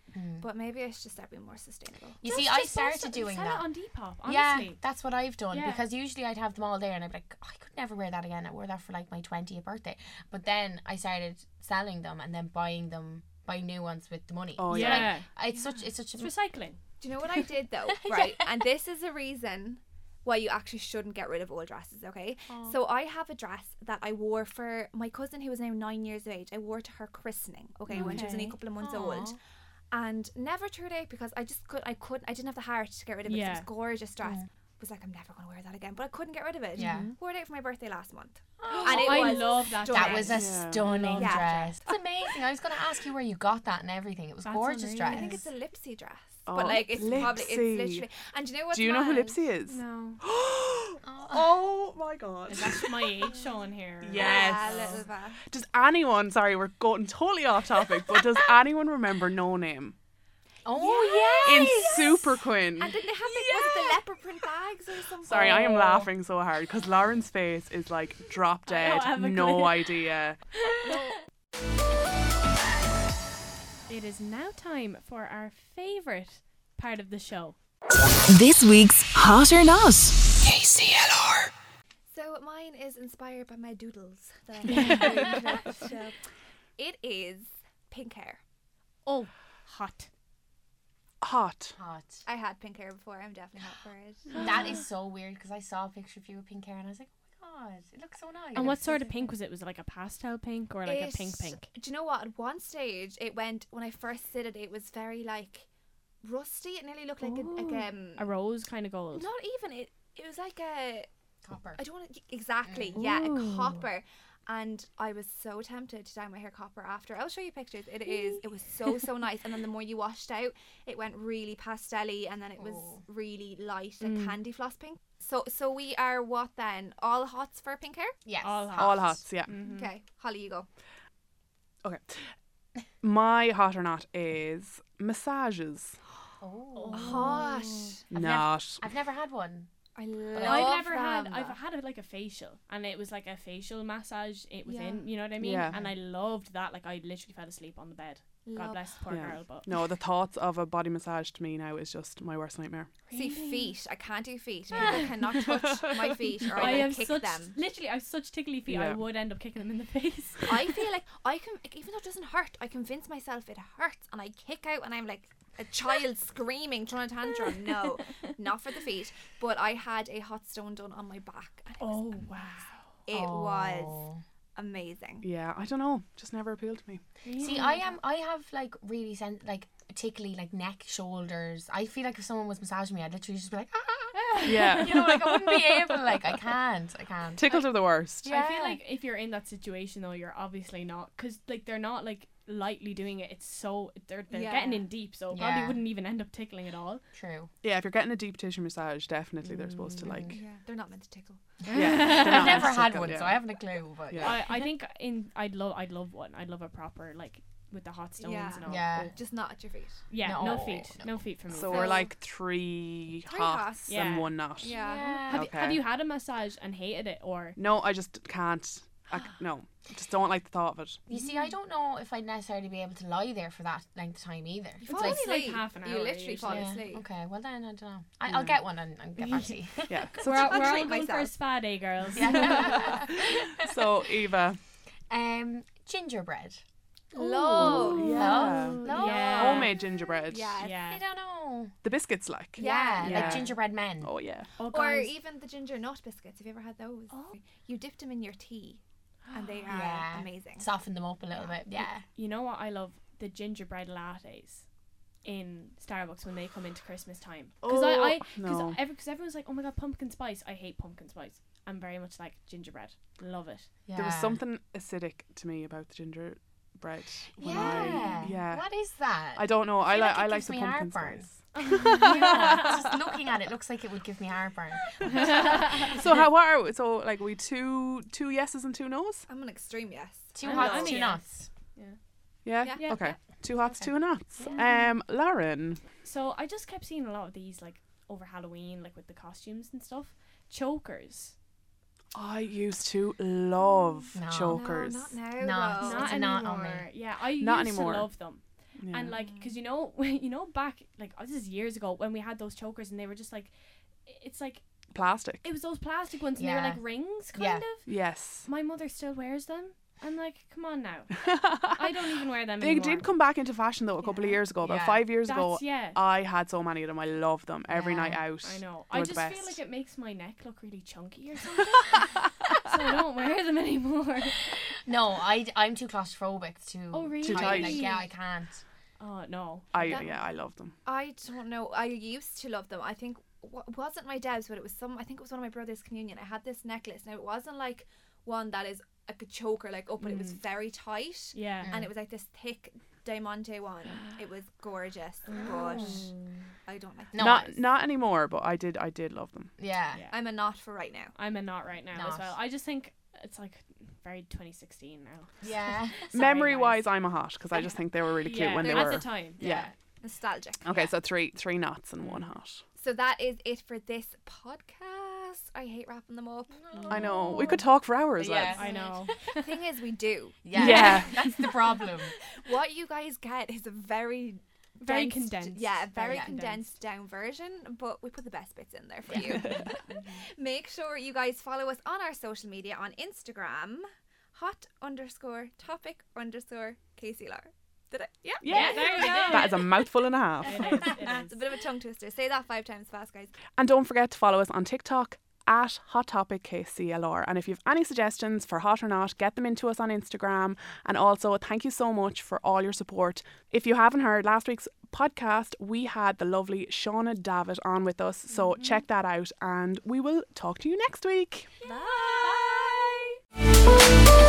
E: But maybe I should start being more sustainable.
B: You
C: Just-
B: see, I
C: just post
B: started
C: it and
B: doing
C: sell
B: that.
C: it on Depop. Honestly,
B: Yeah, that's what I've done
C: Yeah.
B: because usually I'd have them all there and I'd be like, "Oh, I could never wear that again. I wore that for like my 20th birthday. But then I started selling them and then buying them, buying new ones with the money.
D: Oh,
B: So,
D: yeah.
C: Yeah.
B: Like, it's such, it's such
C: it's
B: a.
C: recycling.
E: Do you know what I did though? Right. And this is a reason why you actually shouldn't get rid of old dresses, okay? So I have a dress that I wore for my cousin who was now nine years of age. I wore it to her christening, okay, when she was only a
C: Okay.
E: couple of months old. And never threw it out because I just could I couldn't I didn't have the heart to get rid of it. 'cause
C: Yeah.
E: It was a gorgeous dress. Was like I'm never gonna wear that again, but I couldn't get rid of it. Mm-hmm.
B: Yeah. Mhm.
E: Wore it out for my birthday last month, and it
C: I
E: was
C: love that
E: stunning.
B: That was a
D: Yeah.
B: stunning
E: Yeah.
B: dress. It's amazing. I was going to ask you where you got that and everything. It was
C: That's
B: gorgeous
C: amazing.
B: dress.
E: I think it's a Lipsy dress,
D: Oh,
E: but like it's probably it's
D: Lipsy.
E: literally. And do you know what?
D: Do you know who
E: mad?
D: Lipsy is?
E: No.
D: oh my god.
C: Is that my age showing here?
E: Yeah, little bit.
D: Does anyone, sorry, we're going totally off topic, but does anyone remember No Name?
B: oh yeah.
D: In Super Quinn.
E: And then they had like, was it the leopard print bags or something?
D: Sorry, I
B: Oh.
D: am laughing so hard because Lauren's face is like drop dead.
C: have a
D: No
C: clue.
D: idea.
C: It is now time for our favorite part of the show.
A: This week's Hot or Not.
E: So mine is inspired by my doodles that I made for that show. It is pink hair.
C: Oh, hot.
D: Hot.
B: Hot.
E: I had pink hair before. I'm definitely hot for it.
B: That is so weird because I saw a picture of you with pink hair and I was like, oh my god, it looks so nice.
C: And what sort of pink was it? Was it like a pastel pink or like a pink
E: It-
C: pink?
E: Do you know what? At one stage, it went when I first did it. It was very like rusty. It nearly looked like a,
C: Oh.
E: like um,
C: A rose kind of gold.
E: not even it. It was like a
B: Copper.
E: I don't want to exactly. Yeah,
C: Mm. Ooh.
E: a copper. And I was so tempted to dye my hair copper after. I'll show you pictures. It is. It was so so nice. And then the more you washed out, it went really pastelly, and then it was
B: Oh.
E: really light, like
C: Mm.
E: candy floss pink. So so we are what then? All hots for pink hair.
B: Yes.
C: All hot.
D: All hots, yeah.
B: Mm-hmm.
C: Mm.
E: Okay, Holly, you go.
D: Okay. My hot or not is massages.
B: Oh.
E: Hot.
D: Not.
B: I've never had one.
E: I love.
C: I've never had.
E: them.
C: I've had a, like a facial, and it was like a facial massage. It was
E: Yeah.
C: in, you know what I mean.
D: Yeah.
C: And I loved that. Like I literally fell asleep on the bed. God
E: Love-
C: bless the poor
D: Yeah.
C: girl, but
D: No, the thoughts of a body massage to me now is just my worst nightmare.
E: See feet. I can't do feet. I cannot touch my feet, or
C: I
E: I, will
C: have
E: kick
C: such
E: them.
C: literally I have such tickly feet. I
D: Yeah.
C: would end up kicking them in the face.
E: I feel like I can, like, even though it doesn't hurt, I convince myself it hurts and I kick out and I'm like a child screaming, trying to tantrum. No, not for the feet. But I had a hot stone done on my back. And
C: oh wow.
E: it was amazing.
D: Yeah, I don't know. Just never appealed to me.
B: See, I am. I have like really sen- like tickly like neck, shoulders. I feel like if someone was massaging me, I'd literally just be like, ah.
D: Yeah.
B: you know, like I wouldn't be able. Like I can't. I can't.
D: Tickles are the worst.
B: Yeah.
C: I feel like if you're in that situation though, you're obviously not because like they're not like lightly doing it. It's so they're they're
E: Yeah.
C: getting in deep, so it probably
B: Yeah.
C: wouldn't even end up tickling at all.
B: True.
D: Yeah, if you're getting a deep tissue massage, definitely they're supposed to like.
E: Yeah, they're not meant to tickle.
D: Yeah,
B: Mm. I've never had one, so I haven't a clue. But
D: Yeah.
B: yeah.
C: I, I think in I'd love I'd love one. I'd love a proper like with the hot stones
E: Yeah.
C: and all.
B: Yeah.
E: Just not at your feet.
C: Yeah, no,
B: No,
C: feet, no. feet for me.
D: So
E: So-
D: we're like three,
E: Three
D: hots
E: hots.
D: and
C: Yeah.
D: one not.
E: Yeah.
C: have, you, have
D: okay.
C: you had a massage and hated it or?
D: No, I just can't. I c no, I just don't like the thought of it.
B: You see, I don't know if I'd necessarily be able to lie there for that length of time either.
E: You fall
C: like-
E: asleep.
C: It's like half an
E: You
C: hour
E: literally fall
C: usually.
E: asleep.
B: Okay, well then I don't know. I, I'll get one and, and get back to you.
D: Yeah.
C: We're, all-
E: I'll
C: we're all
E: treat
C: going for a
E: myself.
C: spa day, girls.
D: so Eva.
B: um, gingerbread.
E: Love.
D: Yeah. Oh,
B: Love. Love.
C: Yeah.
D: Homemade gingerbread.
E: Yeah.
B: I
C: Yeah.
B: don't know.
D: The biscuits, like.
B: Yeah,
E: Yeah.
D: Yeah.
B: like gingerbread men.
D: Oh yeah.
C: Oh,
E: Or
C: guys.
E: even the ginger nut biscuits. Have you ever had those?
C: Oh.
E: You dipped them in your tea, and they are
B: Yeah.
E: amazing.
B: Soften them up a little bit. Yeah.
C: you know what I love the gingerbread lattes in Starbucks when they come into Christmas time. Because
D: Oh,
C: I, I
D: no.
C: because every, cause everyone's like, oh my god, pumpkin spice. I hate pumpkin spice. I'm very much like gingerbread. Love it.
B: yeah.
D: There was something acidic to me about the gingerbread. When
B: Yeah.
D: I, yeah.
B: What is that?
D: I don't know. I,
B: feel
D: like
B: like it
D: I like
B: gives
D: the
B: me
D: pumpkin
B: heartburn.
D: spice.
B: yeah. Just looking at it looks like it would give me heartburn.
D: so how what are we? so like we two two yeses and two nos?
E: I'm an extreme yes.
B: Two
C: I'm
B: hots,
C: not-
B: two
C: yeah.
B: nots.
D: Yeah.
E: Yeah.
C: Yeah,
D: okay.
C: yeah.
D: Two hots, two nots. Um, Lauren.
C: So I just kept seeing a lot of these like over Halloween, like with the costumes and stuff. Chokers.
D: I used to love
B: No.
D: chokers.
E: No, Oh, not now.
B: Nah,
E: though.
B: Oh, it's
C: not
B: not
C: anymore.
B: on me.
C: Yeah, I
D: Not
C: used
D: anymore.
C: to love them.
D: Yeah.
C: And like, cause you know, you know, back like oh, this is years ago when we had those chokers and they were just like, it's like
D: Plastic.
C: it was those plastic ones and they
B: Yeah.
C: were like rings kind
B: Yeah.
C: of.
D: yes.
C: My mother still wears them. I'm like, come on now. I don't even wear them
D: They
C: anymore.
D: did come back into fashion though a couple of years ago, about
B: Yeah.
D: five years ago.
C: That's- yeah.
D: I had so many of them. I loved them every
B: Yeah,
D: night out.
C: I know.
D: They
C: I
D: were
C: just
D: the best.
C: feel like it makes my neck look really chunky or something. so I don't wear them anymore.
B: No, I I'm too claustrophobic to
C: Oh, really?
D: Too tight.
B: Like, yeah, I can't.
C: Oh no.
D: I
E: that-
D: yeah, I loved them.
E: I don't know. I used to love them. I think wa- wasn't my dad's, but it was some. I think it was one of my brother's communion. I had this necklace. Now it wasn't like one that is like a choker, like up, but it was very tight,
C: Yeah.
E: and it was like this thick diamante one. It was gorgeous, but I don't like.
B: No,
E: them.
D: not not anymore, but I did I did love them.
B: Yeah.
C: Yeah.
E: I'm a knot for right now.
C: I'm a knot right now as
B: Knot.
C: well. I just think it's like very 2016 now.
B: Yeah.
D: Memory
C: guys.
D: wise, I'm a hot because I just think they were really cute
C: yeah.
D: when they
C: at
D: were.
C: the time.
D: yeah.
E: Nostalgic.
D: Okay, so three three knots and one hot.
E: So that is it for this podcast. I hate wrapping them up.
D: I know we could
C: Oh.
D: talk for hours.
B: Yeah.
D: lads.
C: I know.
E: The thing is, we do.
B: Yeah.
D: Yeah.
B: That's the problem.
E: What you guys get is a very
C: Very
E: dense-
C: condensed.
E: Yeah, very,
C: Very
E: condensed down version, but we put the best bits in there for you.
C: Mm-hmm.
E: Make sure you guys follow us on our social media on Instagram, hot underscore topic underscore Casey Lar. Did I? Yeah.
C: Yeah, there we go.
D: That is a mouthful and a half.
C: It is, it is.
E: It's a bit of a tongue twister. Say that five times fast, guys.
D: And don't forget to follow us on TikTok at Hot Topic KCLR. And if you have any suggestions for hot or not, get them into us on Instagram. And also, thank you so much for all your support. If you haven't heard last week's podcast, we had the lovely Shauna Davitt on with us. So check that out, and we will talk to you next week.
E: Bye.